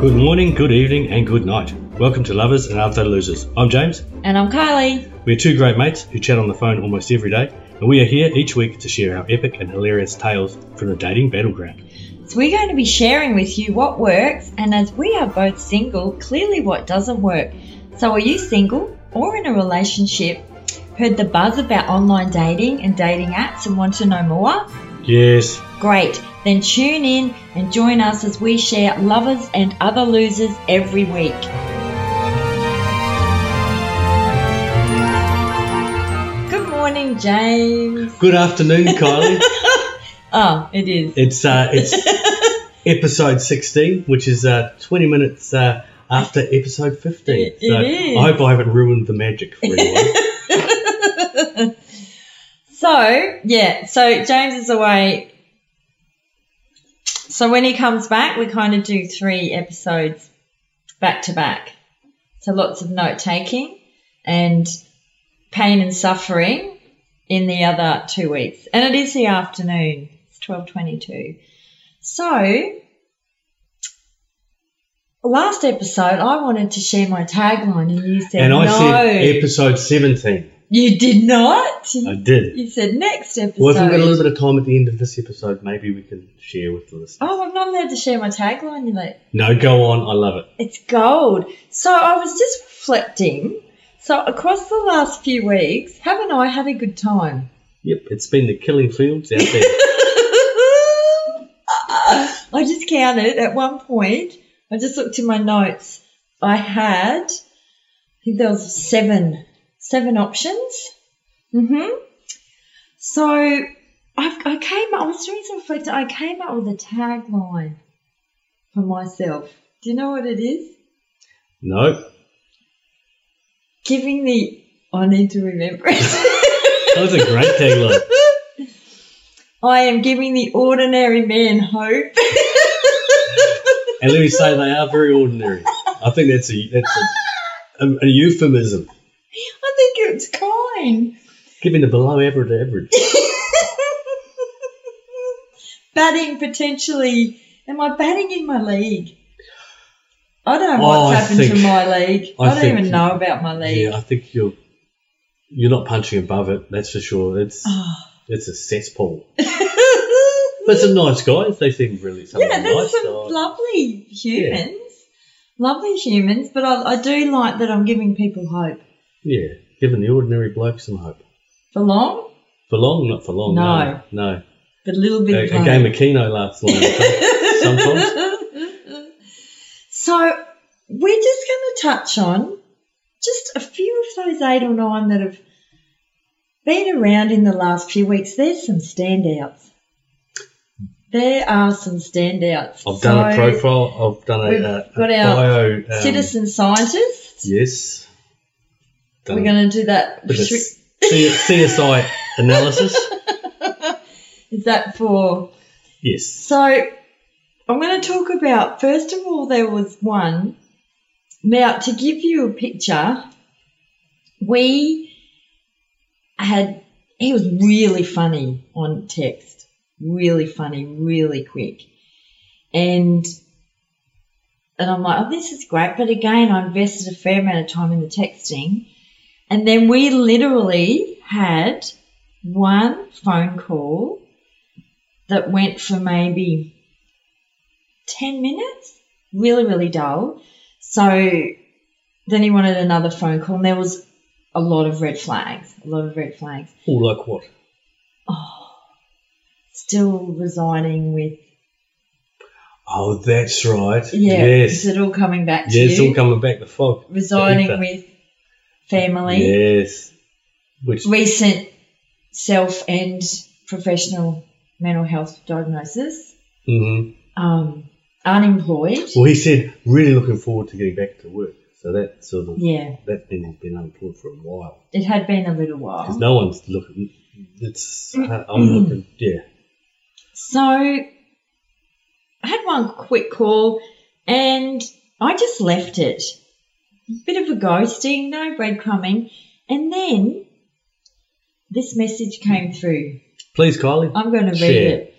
Good morning, good evening, and good night. Welcome to Lovers and Other Losers. I'm James. And I'm Kylie. We're two great mates who chat on the phone almost every day, and we are here each week to share our epic and hilarious tales from the dating battleground. So we're going to be sharing with you what works, and as we are both single, clearly what doesn't work. So are you single or in a relationship? Heard the buzz about online dating and dating apps and want to know more? Yes, Great. Then tune in and join us as we share lovers and other losers every week. Good morning, James. good afternoon, Kylie. Oh, it is. It's uh, it's episode 16, which is uh, 20 minutes uh, after episode 15. It- it I is. hope I haven't ruined the magic for anyone. So, yeah, so James is away. So when he comes back, we kind of do three episodes back to back. So lots of note taking and pain and suffering in the other two weeks. And it is the afternoon. It's 12:22. So last episode I wanted to share my tagline and you said and I no. said episode 17. you did not. I did. You said next episode. Well, if we've got a little bit of time at the end of this episode, maybe we can share with the listeners. oh, I'm not allowed to share my tagline. You like, No, go on. I love it. it's gold. So I was just reflecting. So across the last few weeks, haven't I had a good time? Yep, it's been the killing fields out there. I just counted at one point. I just looked in my notes. I had, I think there was seven, seven options. hmm So I, I came up, I was doing some reflecting. I came up with a tagline for myself. Do you know what it is? no, Giving the, I need to remember it. that was a great tagline. I am giving the ordinary man hope. And let me say, they are very ordinary. I think that's a that's a, a, a euphemism. I think it's kind. Giving the below average average. batting potentially. Am I batting in my league? I don't know Oh, what's I happened think- to my league. I I, don't think- even know about my league. Yeah, I think you're you're not punching above it. That's for sure. It's Oh. it's a cesspool. But some nice guys. They seem really some yeah, there's nice some guys. lovely humans. Lovely humans, but I, I do like that I'm giving people hope. yeah, giving the ordinary bloke some hope. For long, For long, not for long. No, no. but a little A, bit of a hope. game of Keno last night. sometimes. So we're just going to touch on just a few of those eight or nine that have been around in the last few weeks. There's some standouts. There are some standouts. I've done a So, profile. I've done we've a, a, got a our bio. um, Citizen scientists. Yes. We're going to do that. with a C- CSI analysis. Is that for Yes. So I'm going to talk about first of all, there was one. Now, to give you a picture, we had he was really funny on text, really funny, really quick, and and I'm like, oh, this is great. But again, I invested a fair amount of time in the texting, and then we literally had one phone call that went for maybe 10 minutes. Really, really dull. So then he wanted another phone call, and there was a lot of red flags. A lot of red flags. Oh, like what? Oh, still resigning with. Oh, that's right. Yeah. Yes. Is it all coming back to Yeah, it's you? all coming back. The fog. the resigning ether. with family, Yes. Which recent self and professional mental health diagnosis, mhm. um, unemployed. well, he said really looking forward to getting back to work. So that sort of Yeah, that thing has been unemployed for a while it had been a little while. because no one's looking. It's Mm-hmm. I'm looking. Yeah. So I had one quick call and I just left it. Bit of a ghosting, no breadcrumbing. And then this message came through. Please, Kylie. I'm going to read Share. it.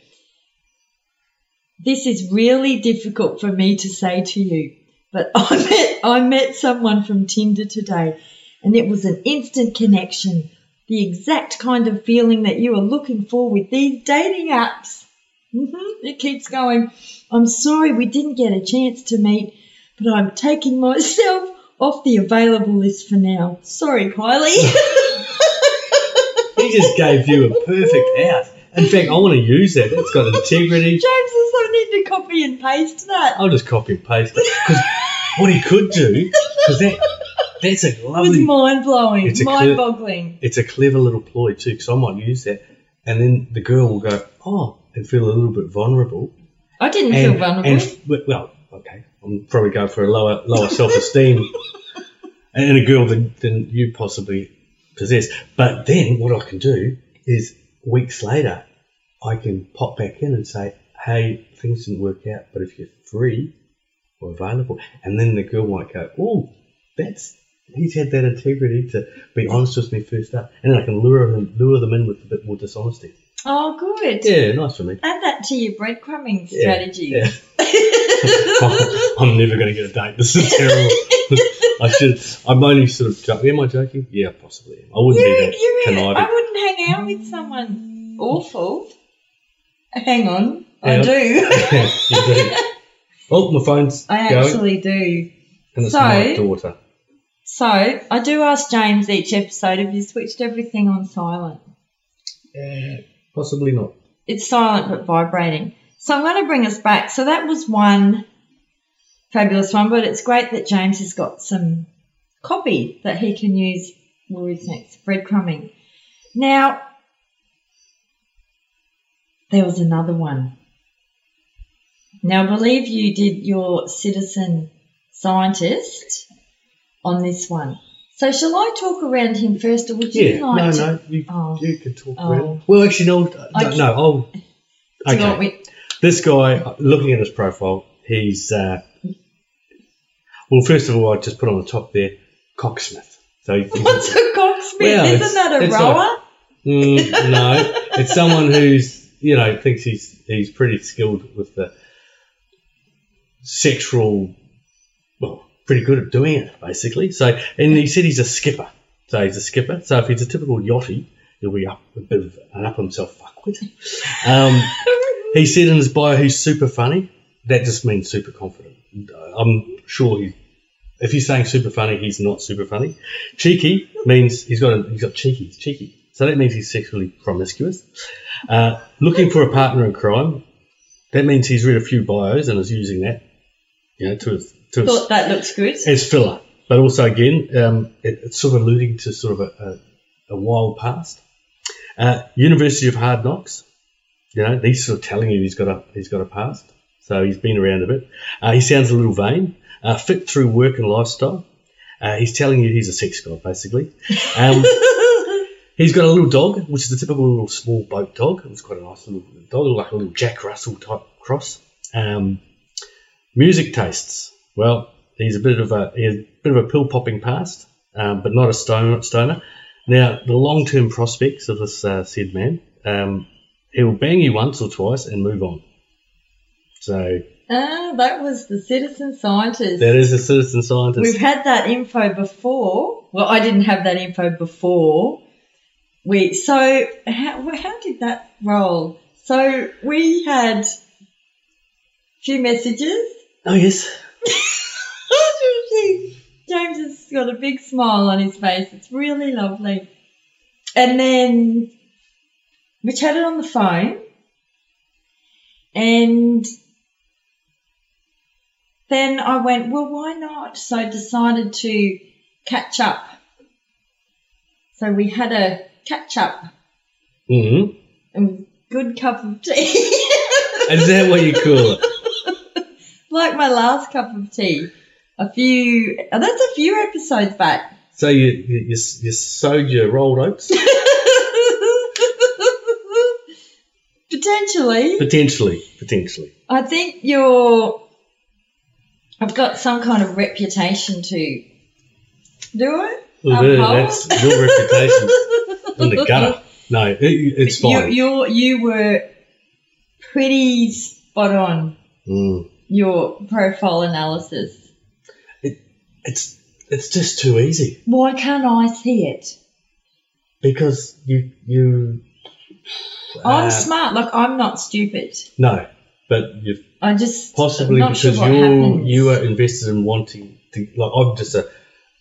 this is really difficult for me to say to you, but I met, I met someone from Tinder today and it was an instant connection, the exact kind of feeling that you are looking for with these dating apps. hmm It keeps going. I'm sorry we didn't get a chance to meet, but I'm taking myself off the available list for now. Sorry, Kylie. He just gave you a perfect out. In fact, I want to use that. That's got integrity. James is so need to copy and paste that. I'll just copy and paste it. Because what he could do, because that, that's a It was lovely. mind blowing, It's a mind clear- boggling. it's a clever little ploy too, because I might use that. And then the girl will go, oh, and feel a little bit vulnerable. I didn't and, feel vulnerable. And, well, okay, I'm probably going for a lower lower self esteem and a girl than, than you possibly possess. But then what I can do is weeks later, I can pop back in and say, hey, things didn't work out, but if you're free or available, and then the girl might go, oh, that's. He's had that integrity to be honest with me first up, and then I can lure him, lure them in with a bit more dishonesty. oh, good. Yeah, nice for me. Add that to your breadcrumbing Yeah, strategy. yeah. I'm never going to get a date. This is terrible. I should. I'm only sort of. joking. Am I joking? Yeah, possibly. am. I wouldn't You're, be you're that conniving. I wouldn't hang out with someone awful. Hang on, I Yeah. do. You do. Oh, my phone's I going, actually do. and it's so- my daughter. So I do ask James each episode have you switched everything on silent? Yeah, possibly not. It's silent but vibrating. So I'm going to bring us back. So that was one fabulous one, but it's great that James has got some copy that he can use for his next breadcrumbing. Now, there was another one. Now, I believe you did your citizen scientist on this one. So, shall I talk around him first, or would you yeah, like no, to? no. You, Oh. you can talk Oh. about it. Well, actually, no. No, I can- no I'll. Do you Okay. want me- this guy, looking at his profile, he's uh, well. First of all, I just put on the top there, cocksmith. So he's, What's a cocksmith? Well, Isn't it's- that a it's rower? like- Mm, no, it's someone who's you know thinks he's he's pretty skilled with the sexual, well, pretty good at doing it basically. So, and he said he's a skipper. So he's a skipper. So if he's a typical yachty, he'll be up a bit of an up himself fuckwit. Um, he said in his bio he's super funny. That just means super confident. I'm sure he. If he's saying super funny, he's not super funny. Cheeky means he's got a, he's got cheeky, he's cheeky. So that means he's sexually promiscuous. Uh, looking for a partner in crime. That means he's read a few bios and is using that, you know, to his, to his, Thought that looks good. as filler. But also again, um, it, it's sort of alluding to sort of a, a, a wild past. Uh, University of Hard Knocks. You know, he's sort of telling you he's got a he's got a past, so he's been around a bit. Uh, he sounds a little vain. Uh, fit through work and lifestyle. Uh, he's telling you he's a sex god, basically. Um, He's got a little dog, which is a typical little small boat dog. It was quite a nice little dog, like a little Jack Russell type cross. Um, music tastes. Well, he's a bit of a he has a bit of a pill popping past, um, but not a stoner. stoner. Now, the long term prospects of this uh, said man, um, he will bang you once or twice and move on. So ah, that was the citizen scientist. that is a citizen scientist. We've had that info before. Well, I didn't have that info before. We so how, well, how did that roll? So we had a few messages. oh yes, James has got a big smile on his face. It's really lovely. And then we chatted on the phone, and then I went, well, why not? So I decided to catch up. So we had a catch up mm-hmm. and good cup of tea, is that what you call it? like my last cup of tea. A few, oh, that's a few episodes back. So you you, you, s- you sowed your rolled oats Potentially. potentially, potentially. I think you're. I've got some kind of reputation to. Do I? Well, Um, yeah, how- that's your reputation's in the gutter. No, it, it's You, fine. you're, you were pretty spot on Mm. your profile analysis. It's it's just too easy Why can't I see it? because you you. uh, I'm smart. Look, I'm not stupid. No, but you I just possibly not because sure what you happens. you are invested in wanting to like I'm just a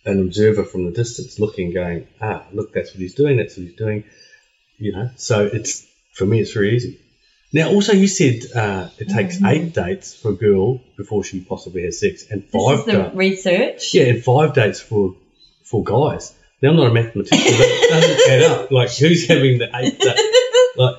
an observer from the distance looking, going ah look that's what he's doing, that's what he's doing, you know. So it's for me it's very easy. Now also you said uh, it takes Mhm. eight dates for a girl before she possibly has sex, and This five is the da- research. yeah and five dates for for guys. Now I'm not a mathematician, but it doesn't add up. Like who's having the eight date? Like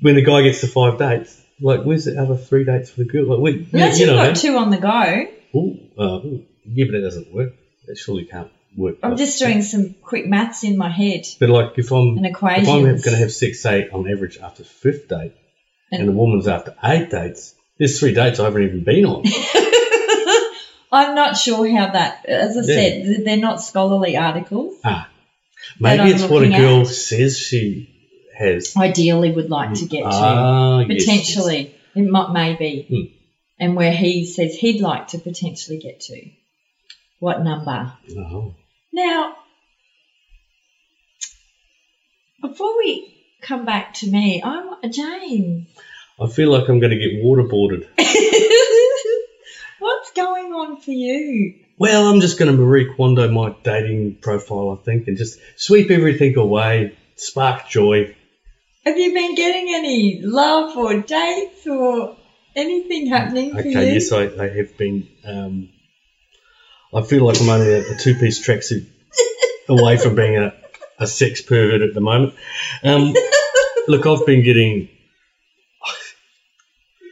when the guy gets to five dates, like where's the other three dates for the girl? Like we, you, Unless you you've know, got man. two on the go. Ooh, uh, ooh, yeah, but it doesn't work. It surely can't work. I'm Like- just doing some quick maths in my head But like, if I'm and if equations. I'm going to have sex, say on average after fifth date, and, And- a woman's after eight dates, there's three dates I haven't even been on. I'm not sure how that. As I Yeah. said, th- they're not scholarly articles. That Maybe I'm it's what a looking girl says she has. Ideally, would like to get to ah, yes, yes. potentially. It might maybe, Hmm. and where he says he'd like to potentially get to. What number? Oh, Now, before we come back to me, I want James. I feel like I'm going to get waterboarded. What's going on for you? Well, I'm just going to Marie Kondo my dating profile, I think, and just sweep everything away, spark joy. Have you been getting any love or dates or anything happening for you? Okay, yes, I, I have been. Um, I feel like I'm only a, a two piece tracksuit away from being a, a sex pervert at the moment. Um, look, I've been getting.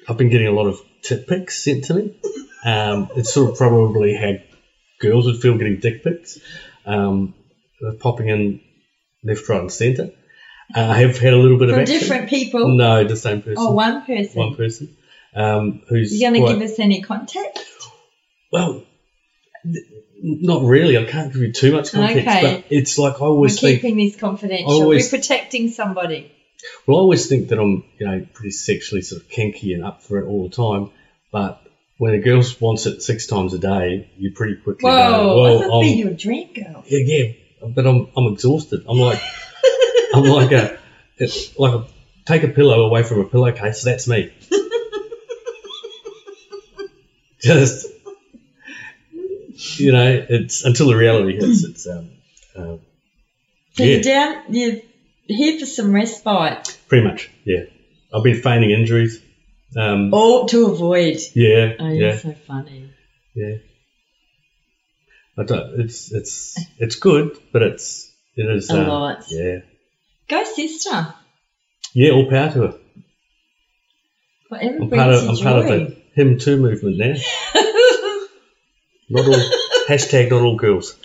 I've been getting a lot of tit pics sent to me. Um, it's sort of probably how girls would feel getting dick pics. Um, they're popping in left, right, and centre. Uh, I have had a little bit From of action. different people? No, the same person. Or one person? One person. Um, who's You're going quite- to give us any context? well, th- not really. I can't give you too much context, Okay. but it's like I We're always think. keeping this confidential. always- We're protecting somebody. Well, I always think that I'm, you know, pretty sexually sort of kinky and up for it all the time. But when a girl wants it six times a day, you pretty quickly Whoa, go, I "Well, um, thought I'm, you yeah, were a dream girl. yeah." But I'm, I'm exhausted. I'm like, I'm like a, it's like a, take a pillow away from a pillowcase. That's me. Just, you know, it's until the reality hits. It's um, uh, So yeah, you're down, you're here for some respite. pretty much. Yeah, I've been feigning injuries. Um, All to avoid. yeah, Oh, you're yeah, so funny. yeah. I don't, uh, it's it's it's good, but it's it is A um, lot. Yeah, Go, sister. yeah. All power to her. Whatever I'm brings part of you I'm joy. part of the him too movement now. Not all hashtag not all girls.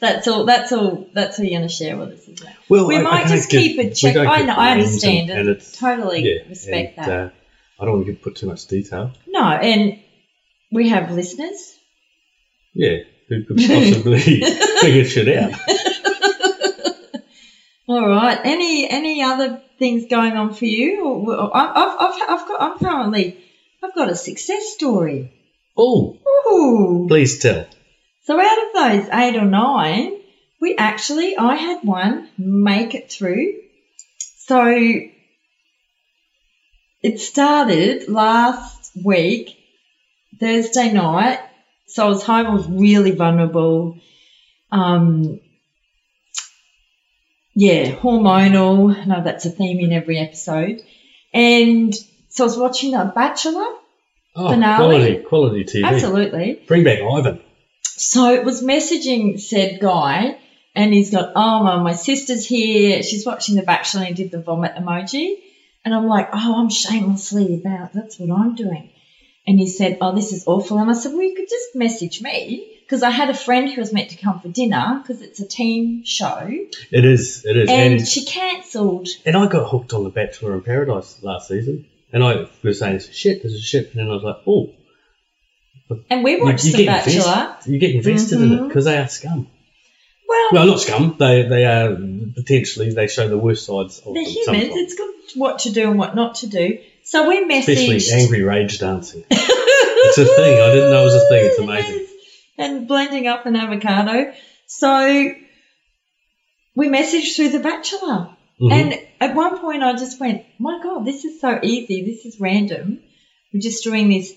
that's all. That's all. That's all you're going to share with us. Isn't it? Well, We I- I might don't just give- keep we it check. don't I, give know, I names understand. and, and it. it's totally yeah, respect and, that. Uh, I don't want to give- put too much detail. no, and we have listeners. Yeah, who could possibly figure shit out? All right. Any any other things going on for you? Or, or, I- I've, I've, I've got. I'm currently. I've got a success story. Oh, Ooh. please tell. So out of those eight or nine, we actually I had one make it through. So it started last week, Thursday night. So I was home, I was really vulnerable. Um yeah, hormonal. I know that's a theme in every episode. And so I was watching The Bachelor. Oh, Finale? quality, quality TV. Absolutely. Bring back Ivan. So it was messaging said guy, and he's got, oh, my, my sister's here. She's watching The Bachelor and he did the vomit emoji. And I'm like, oh, I'm shamelessly about, that's what I'm doing. And he said, oh, this is awful. And I said, well, you could just message me because I had a friend who was meant to come for dinner because it's a team show. It is, it is, and And and, she cancelled. I got hooked on The Bachelor in Paradise last season, and I was saying this is shit, this is shit, and then I was like, oh, And we you, watched you The get Bachelor. invested, you get invested in it Mhm. because they are scum. Well, Well, not scum. They they are potentially they show the worst sides of they're them humans. sometimes. It's good what to do and what not to do. So we Especially messaged. angry rage dancing. It's a thing. I didn't know it was a thing. It's amazing. And blending up an avocado. So we messaged through The Bachelor. Mhm. And at one point, I just went, "My God, this is so easy. This is random. We're just doing this."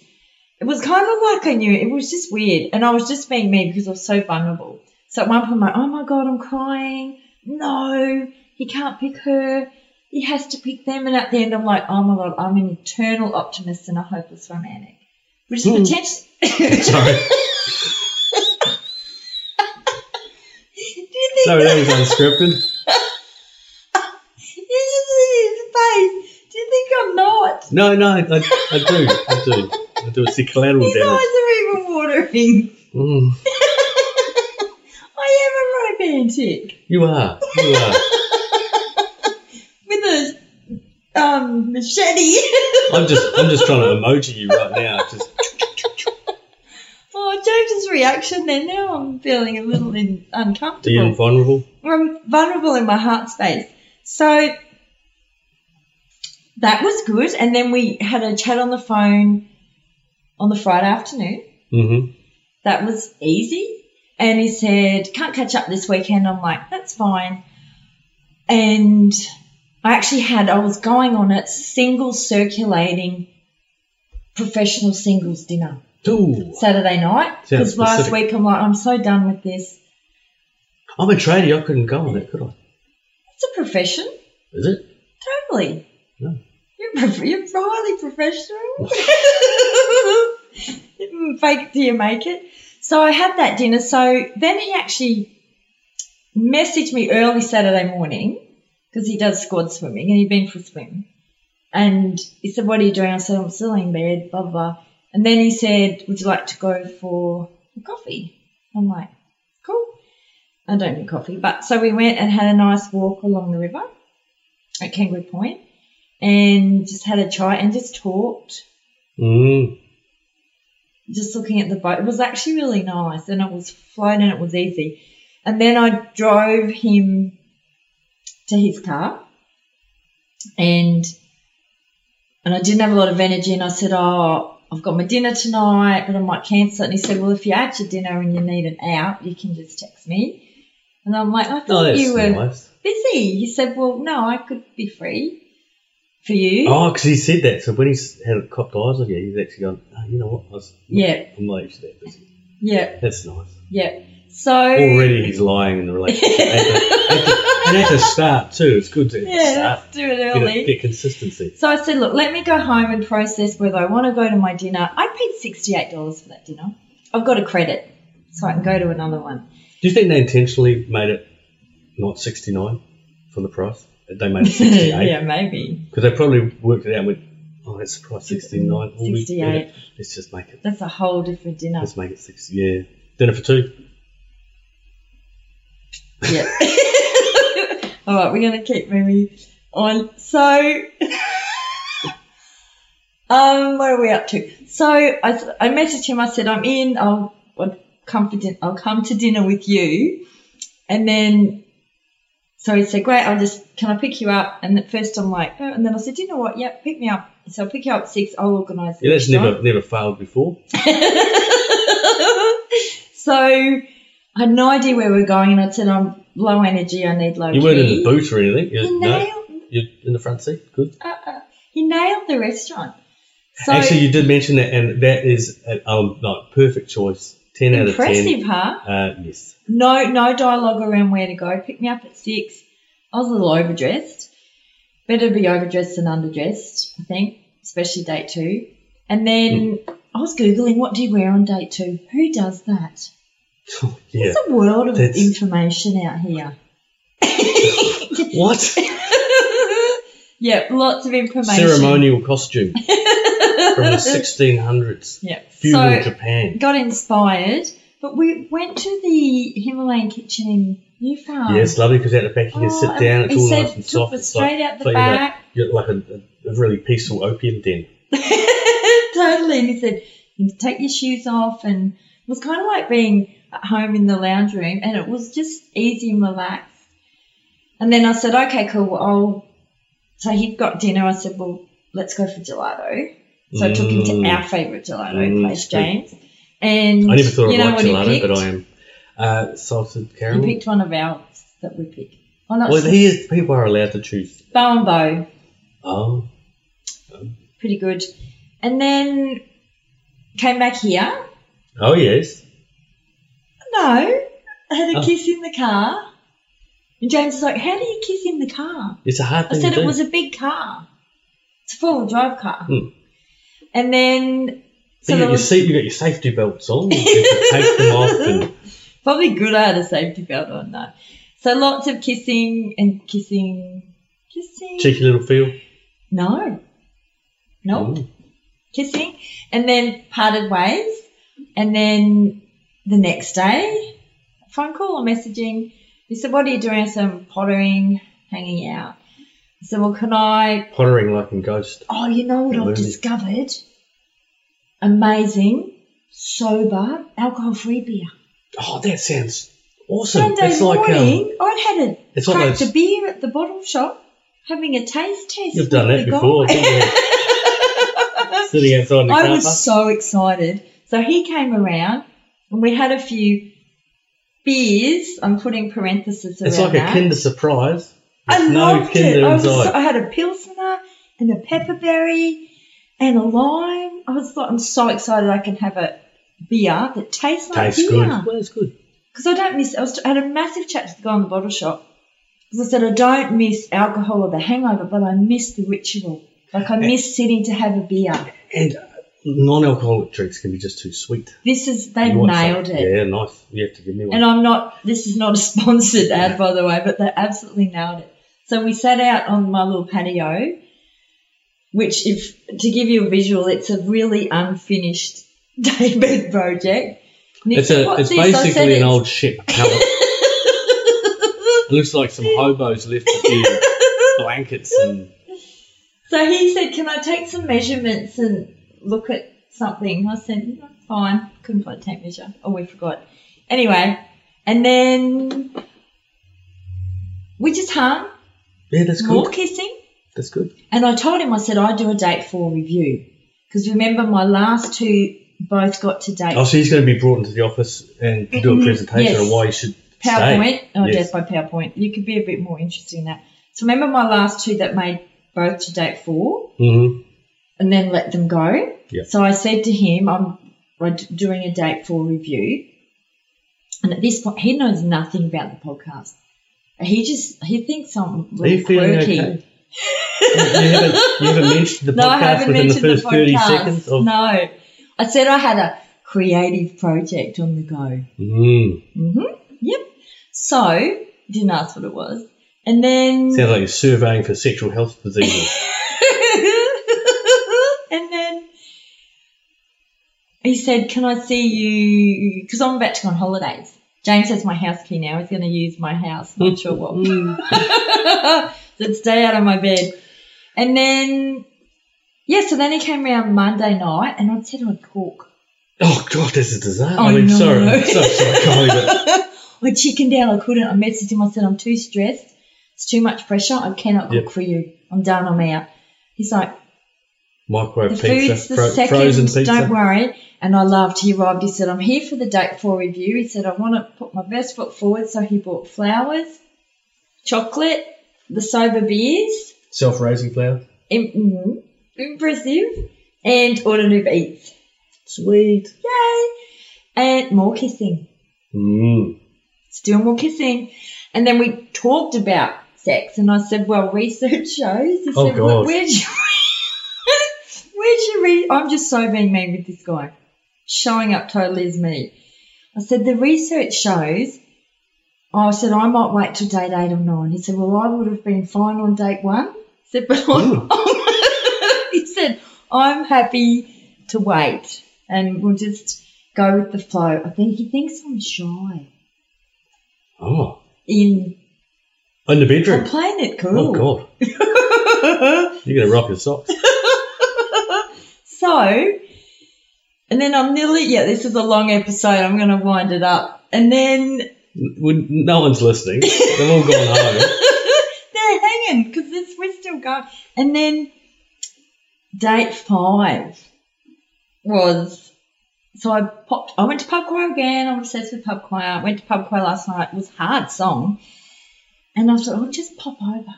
It was kind of like I knew it was just weird, and I was just being me because I was so vulnerable. So at one point, I'm like, "Oh my God, I'm crying. No, he can't pick her. He has to pick them." And at the end, I'm like, "Oh my God, I'm an eternal optimist and a hopeless romantic," which is Hmm. potentially. Sorry. Do you think Sorry, that that- was unscripted. You just see his face. Do you think I'm not? No, no, I, I do. I do. I do. It's the collateral His eyes damage. are even watering. Mm, I am a romantic you are. You are. with a um, machete. I'm just I'm just trying to emoji you right now. Just oh, James's reaction there. Now I'm feeling a little in, deep uncomfortable. and vulnerable. I'm vulnerable in my heart space. So that was good. And then we had a chat on the phone on the Friday afternoon. Mm-hmm. That was easy. And he said, Can't catch up this weekend. I'm like, That's fine. And I actually had, I was going on a single circulating professional singles dinner Ooh, Saturday night. Sounds Because last specific. week I'm like, I'm so done with this. I'm a tradie. I couldn't go on that, could I? It's a profession, Is it? totally. Yeah. You're, prof- you're highly professional. Fake it till you make it. So I had that dinner. So then he actually messaged me early Saturday morning because he does squad swimming and he'd been for a swim. And he said, What are you doing? I said, I'm still in bed, blah, blah, blah. And then he said, Would you like to go for a coffee? I'm like, Cool. I don't need coffee. But so we went and had a nice walk along the river at Kangaroo Point and just had a chat and just talked, Mm. just looking at the boat. It was actually really nice and it was flown and it was easy. And then I drove him to his car and and I didn't have a lot of energy and I said, Oh, I've got my dinner tonight, but I might cancel it. And he said, Well, if you had your dinner and you need an out, you can just text me. And I'm like, I Oh, thought that's you were nice. busy. He said, Well, no, I could be free for you. Oh, because he said that. So when he's had copped eyes on you, he's actually gone. Oh, you know what? I was, Yeah, I'm not actually that busy. yeah, That's nice. yeah. So Already he's lying in the relationship. at the, at the, and at the start too. It's good to yeah, let's do it start. Get, early. a- get consistency. So I said, look, let me go home and process whether I want to go to my dinner. I paid sixty-eight dollars for that dinner. I've got a credit, so I can go to another one. Do you think they intentionally made it not 69 for the price? They made it 68. yeah, maybe Because they probably worked it out and went, oh, that's the price, 69. Well, we- sixty-eight. yeah, let's just make it. That's a whole different dinner. Let's make it 60. Yeah. Dinner for two. Yeah. All right, we're gonna keep moving on. So, um, what are we up to? So I, s- I messaged him. I said, I'm in. I'll, I'll come for din- I'll come to dinner with you. And then, so he said, great. I'll just can I pick you up? And at first I'm like, oh, and then I said, you know what? Yep, pick me up. So I'll pick you up at six. I'll organise. the Yeah, that's restaurant." never never failed before. so I had no idea where we were going, and I said, I'm low energy, I need low You weren't in the key." boot or anything. You, He no, nailed, you're in the front seat. Good. uh, uh, he nailed the restaurant. So Actually, you did mention that, and that is a um, like, perfect choice. 10 impressive, huh? out of 10. Uh, yes. No, no dialogue around where to go. Pick me up at six. I was a little overdressed. Better be overdressed than underdressed, I think, especially date two. And then Hmm. I was googling what do you wear on date two? Who does that? yeah. It's a world of That's- information out here. What? yep, lots of information. Ceremonial costume from the 1600s. Yep. Feudal so Japan. got inspired, but we went to the Himalayan kitchen in New Farm. Yeah, it's lovely because out the back you can Oh, sit down. It's he all said nice and took soft. us It's like, straight out so the you know, back. you're like a, a really peaceful opium den. totally. And he said, you can take your shoes off. And it was kind of like being at home in the lounge room. And it was just easy and relaxed. And then I said, okay, cool. Well, I'll. So he'd got dinner. I said, well, let's go for gelato. So I took him to Mm. our favourite gelato Mm, place, sweet. James. And I never thought you know I'd like what he gelato, picked? but I am. Uh, salted He caramel. picked one of ours that we picked. Oh, not Well, here people are allowed to choose. Bow and Bow, Oh, pretty good. And then came back here. oh yes. No, I had a Oh. kiss in the car. And James was like, "How do you kiss in the car?" It's a hard I thing said to it do. was a big car. It's a four-wheel drive car. Hmm. And then But you, there got your was- seat, you got your safety belts on. You have to take them off, and Probably good I had a safety belt on though. So lots of kissing and kissing, kissing. cheeky little feel. No, no Mm. kissing, and then parted ways, and then the next day, a phone call or messaging. He said, "What are you doing?" I said, "I'm pottering, hanging out." I said, "Well, can I?" Pottering like in Ghost. Oh, you know what I've Really? discovered? Amazing, sober, alcohol-free beer. Oh, that sounds awesome. Sunday it's like um, morning, I'd had a it's like cracked a those, beer at the bottle shop, having a taste test. you've done that with the before. guy. haven't you? Sitting outside the I car park. was so excited. So he came around and we had a few beers. I'm putting parentheses around It's like that. a Kinder surprise. I There's no loved it. Kinder I, was so- inside. I had a pilsner and a pepperberry and a lime. I was like, I'm so excited I can have a beer that tastes like Tastes beer good. Well, it's good. because I don't miss. I, was, I had a massive chat to the guy in the bottle shop because I said I don't miss alcohol or the hangover, but I miss the ritual. Like Eh. I miss sitting to have a beer. And uh, non-alcoholic drinks can be just too sweet. This is they You want nailed some- it. Yeah, nice. You have to give me one. And I'm not. This is not a sponsored ad, by the way, but they absolutely nailed it. So we sat out on my little patio, which, if to give you a visual, it's a really unfinished daybed project. Nick it's said, a, "What's it's this?" I said, basically an "It's old ship. cover. It looks like some hobos left a few blankets and So he said, "Can I take some measurements and look at something?" I said, "No, "Fine." Couldn't find a tape measure. Oh, we forgot. Anyway, and then we just hung, yeah, that's more good. kissing, That's good. and I told him, I said, "I do a date for review because remember my last two both got to date Oh, so he's going to be brought into the office and to do a Mhm. presentation Yes. Oh, on why you should stay. PowerPoint or Yes. death by PowerPoint. You could be a bit more interesting in that. So remember my last two that made both to date four. hmm and then let them go. Yeah. So I said to him, I'm we're d- doing a date for review. And at this point, he knows nothing about the podcast. He just, he thinks I'm Are really you feeling quirky. okay? you, haven't, you haven't mentioned the No, I podcast haven't within the mentioned first the 30 podcast. seconds. Of, No. I said I had a creative project on the go. Mm. hmm Yep. So, didn't ask what it was. And then. Sounds like you're surveying for sexual health diseases. and then he said, "Can I see you?" Because I'm about to go on holidays. James has my house key now. He's going to use my house. Not sure what. Mm. so stay out of my bed. And then, yeah. So then he came round Monday night, and I said I'd cook. Oh, God, this is disaster. Oh, I mean, no. sorry. I'm so sorry, Kylie, but I chickened out. I couldn't. I messaged him. I said, I'm too stressed. It's too much pressure. I cannot cook Yep. for you. I'm done. I'm out. He's like, microwave The pizza, food's the fro- 2nd frozen pizza. Don't worry. And I laughed. He arrived. He said, I'm here for the date for review. He said, I want to put my best foot forward. So he bought flowers, chocolate, the sober beers, Self-raising flour. im- mm, impressive, and ordered Uber Eats. Sweet. Yay! And more kissing. Mm. Still more kissing. And then we talked about sex. And I said, well, research shows. He Oh, said, "Well, God. Where'd you, where'd you read? I'm just so being mean with this guy. Showing up totally as me. I said, the research shows. I said, I might wait till date eight or nine. He said, well, I would have been fine on date one. I said, but I'm, he said, I'm happy to wait and we'll just go with the flow. I think he thinks I'm shy Oh, in in the bedroom. I'm playing it Oh, cool. God. You're going to rock your socks. So, and then I'm nearly, yeah, this is a long episode. I'm going to wind it up. And then When no one's listening. They've all gone home. they're hanging because we're still going. And then date five was so I popped. I went to pub choir again. I'm obsessed with pub choir. Went to pub choir last night. It was a hard song, and I thought I'll just pop over.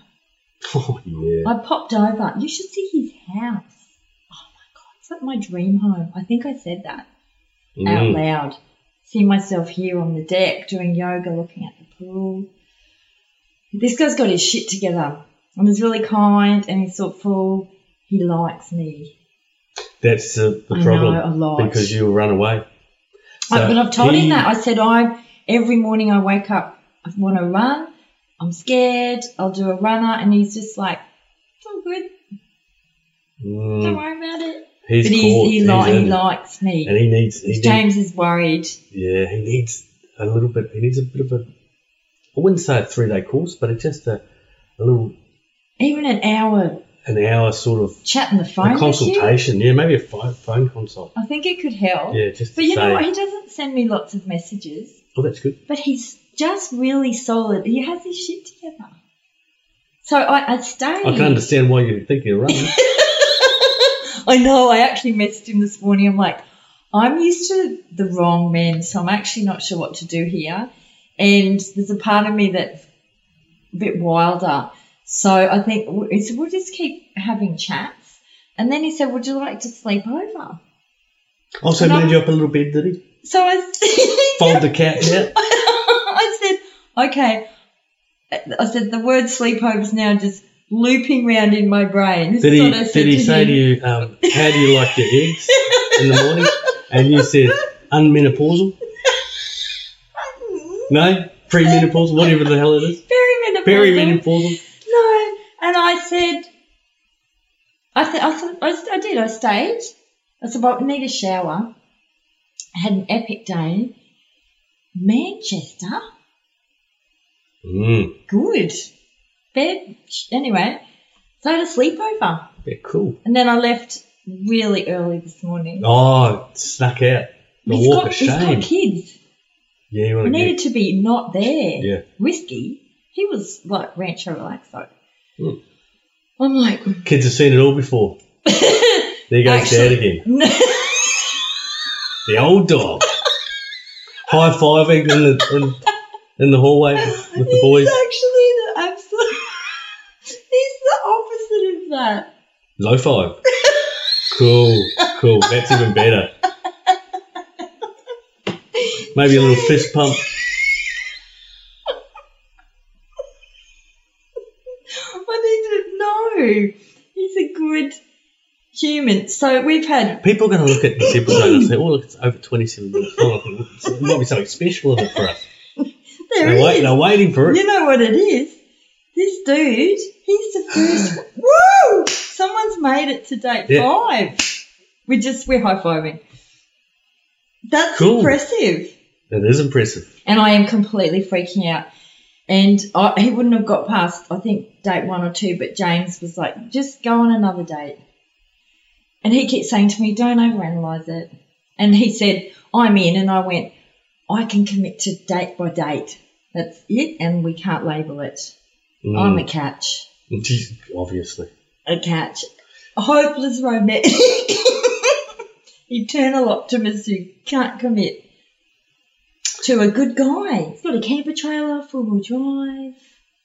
Oh, yeah. I popped over. You should see his house. Oh my god, it's like my dream home. I think I said that out Mm. loud. See myself here on the deck doing yoga, looking at the pool. This guy's got his shit together, and he's really kind and he's thoughtful. He likes me. That's the, the I problem. know a lot. Because you run away. I- So but I've told he- him that. I said, I every morning I wake up, I want to run. I'm scared. I'll do a runner, and he's just like, "It's all good. Don't Mm, worry about it." he's but he's, caught. he, He's li- he in. likes me. and he needs. He needs James is worried. yeah, he needs a little bit. He needs a bit of a. I wouldn't say a three day course, but it's just a, a little Even an hour an hour sort of chat on the phone. a with you, consultation. Yeah, maybe a pho- phone consult. I think it could help. Yeah, just But to you say, know what? He doesn't send me lots of messages, oh, that's good. but he's just really solid. He has his shit together. So I, I stayed. I can understand why you think you're running. I know. I actually messaged him this morning. I'm like, I'm used to the wrong men, so I'm actually not sure what to do here. And there's a part of me that's a bit wilder. So I think he said, we'll just keep having chats. And then he said, would you like to sleep over? also, No. made you up a little bed, did he? So I, Fold the couch out. I said, okay. I said, the word sleepover's now just looping round in my brain. This Did is he, what I said did he say him. to you, um, how do you like your eggs in the morning? And you said, unmenopausal? No? Premenopausal? Whatever the hell it is. Perimenopausal. Perimenopausal? No. And I said, I said, I, said, I, s- I did. I stayed. I said, well, I need a shower. I had an epic day. Manchester, Mm, good. Bed. Anyway, so I had a sleepover, yeah, cool. and then I left really early this morning. Oh, snuck out. The He's walk got, of he's got shame. kids. Yeah, you I want to needed to be not there. Yeah. Risky. He was like Rancho Relaxo. Hmm. I'm like, Kids have seen it all before. There goes Actually- Dad again. no. The old dog. High fiving in the in, in the hallway with the boys. He's actually the absolute. He's the opposite of that. Low five. Cool, cool. That's even better. Maybe a little fist pump. I need to know. He's a good human. So we've had. People are going to look at this episode and say, "Oh, look, it's over twenty-seven minutes Oh, long. There might be something special in it for us." There They're, he wait, is. they're waiting for it. You know what it is? This dude, he's the first. Woo! Someone's made it to date Yeah. five. We just we're high fiving. That's Cool. impressive. That is impressive. and I am completely freaking out. And I, he wouldn't have got past, I think, date one or two, but James was like, just go on another date. And he kept saying to me, don't overanalyze it. And he said, I'm in. And I went, I can commit to date by date. That's it. And we can't label it. I'm a Mm. catch. Jeez, Obviously, A catch. A hopeless romantic. Eternal optimist who can't commit to a good guy. He's got a camper trailer, four wheel drive.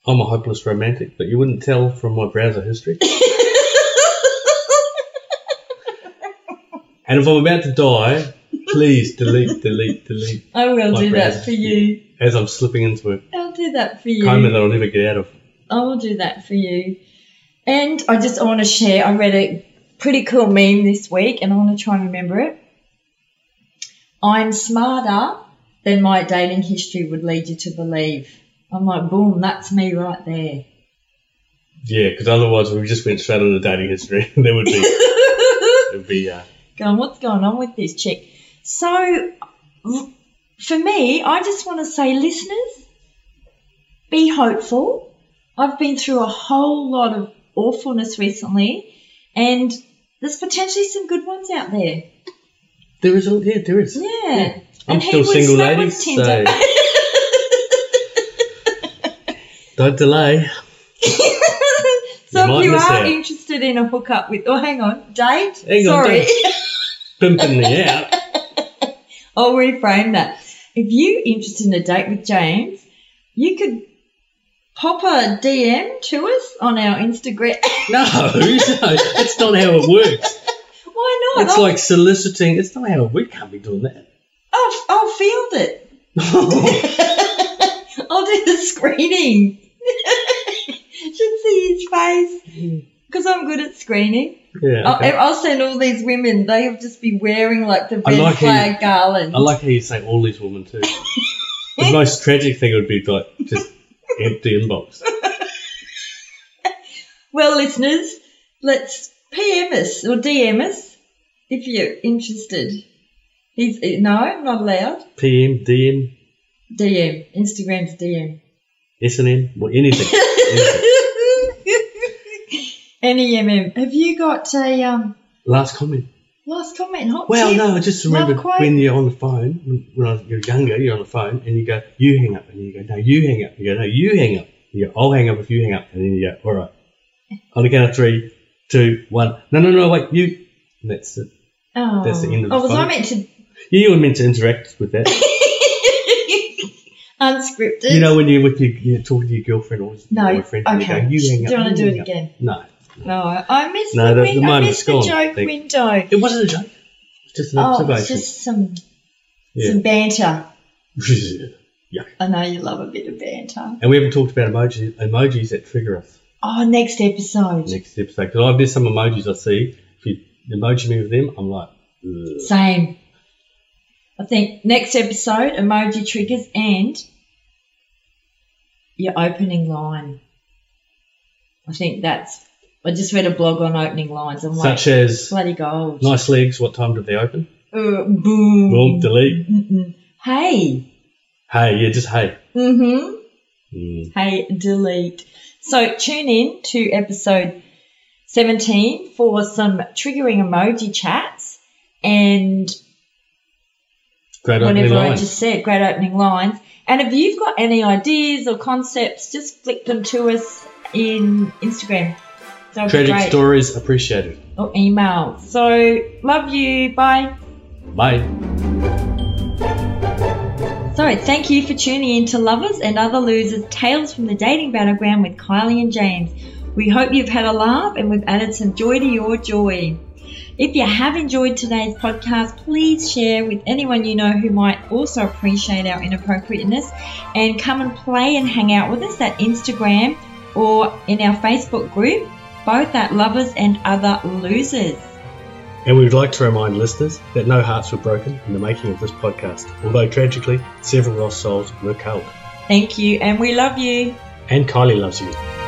I'm a hopeless romantic, but you wouldn't tell from my browser history. And if I'm about to die, please delete, delete, delete I will My do browser. that for you. as I'm slipping into a I'll do that for you. coma that I'll never get out of. I will do that for you. And I just want to share, I read a pretty cool meme this week and I want to try and remember it. I'm smarter than my dating history would lead you to believe. I'm like, boom, that's me right there. Yeah, because otherwise we just went straight on the dating history. there would be, it'd be uh, going, what's going on with this chick? So, for me, I just want to say, listeners, be hopeful. I've been through a whole lot of awfulness recently, and there's potentially some good ones out there. there is, a, yeah, there is. Yeah. I'm And he still was- single, that lady, was Tinder. Don't delay. So might if you miss are out. interested in a hookup with, oh, hang on, date. Hang on, Sorry, Pimping me out. I'll reframe that. If you're interested in a date with James, you could pop a DM to us on our Instagram. No, no, that's not how it works. Why not? It's I'll, like soliciting. It's not how we can't be doing that. I'll, I'll field it. Oh, I'll do the screening. Should see his face because I'm good at screening. yeah, Mm-hmm. okay. I'll, I'll send all these women. They'll just be wearing like the I red like how you- flag garland. I like how you say all these women too. the most tragic thing would be like just empty inbox. Well, listeners, let's PM us or DM us if you're interested. He's no, not allowed. PM, DM, DM, Instagram's DM. SNM, or anything. anything. NEMM. Have you got a um, Last comment. last comment? Hot Well, tip? no, I just Love remembered quote. when you're on the phone, when, when I was, you're younger, you're on the phone, and you go, you hang up, and you go, no, you hang up, you go, no, you hang up, you go, I'll hang up if you hang up, and then you go, all right, on the count of three, two, one, no, no, no, wait, you, and that's it. Oh. That's the end of the oh, was I phone. meant to You were meant to interact with that. unscripted? you know, when you're with your, you're talking to your girlfriend or your no. boyfriend, and you go, Okay. you hang up. do you want to do hang it up." again? No, No, I missed No, the, the- win- the I moment's missed the gone, I joke think. window. it wasn't a joke. It's just an Oh, it's observation. just some Yeah. some banter. yeah. I know you love a bit of banter. And we haven't talked about emojis, emojis that trigger us. Oh, next episode. next episode because there's some emojis I see. If you emoji me with them, I'm like, Ugh. Same. I think next episode, emoji triggers and your opening line. I think that's. I just read a blog on opening lines. I'm like, such as bloody gold. nice legs. What time do they open? Uh, boom. Boom, delete. Mm-mm. Hey. Hey, yeah, just hey. Mm-hmm. Mm. Hey, delete. So tune in to episode 17 for some triggering emoji chats and Great opening whatever I line. just said, great opening lines. And if you've got any ideas or concepts, just flick them to us in Instagram. That would be Tragic great. stories appreciated. Or email. So love you. Bye. Bye. So, thank you for tuning in to Lovers and Other Losers Tales from the Dating Battleground with Kylie and James. We hope you've had a laugh and we've added some joy to your joy. If you have enjoyed today's podcast, please share with anyone you know who might also appreciate our inappropriateness and come and play and hang out with us at Instagram or in our Facebook group, both at Lovers and Other Losers. And we would like to remind listeners that no hearts were broken in the making of this podcast, although tragically, several lost souls were culled. Thank you and we love you. And Kylie loves you.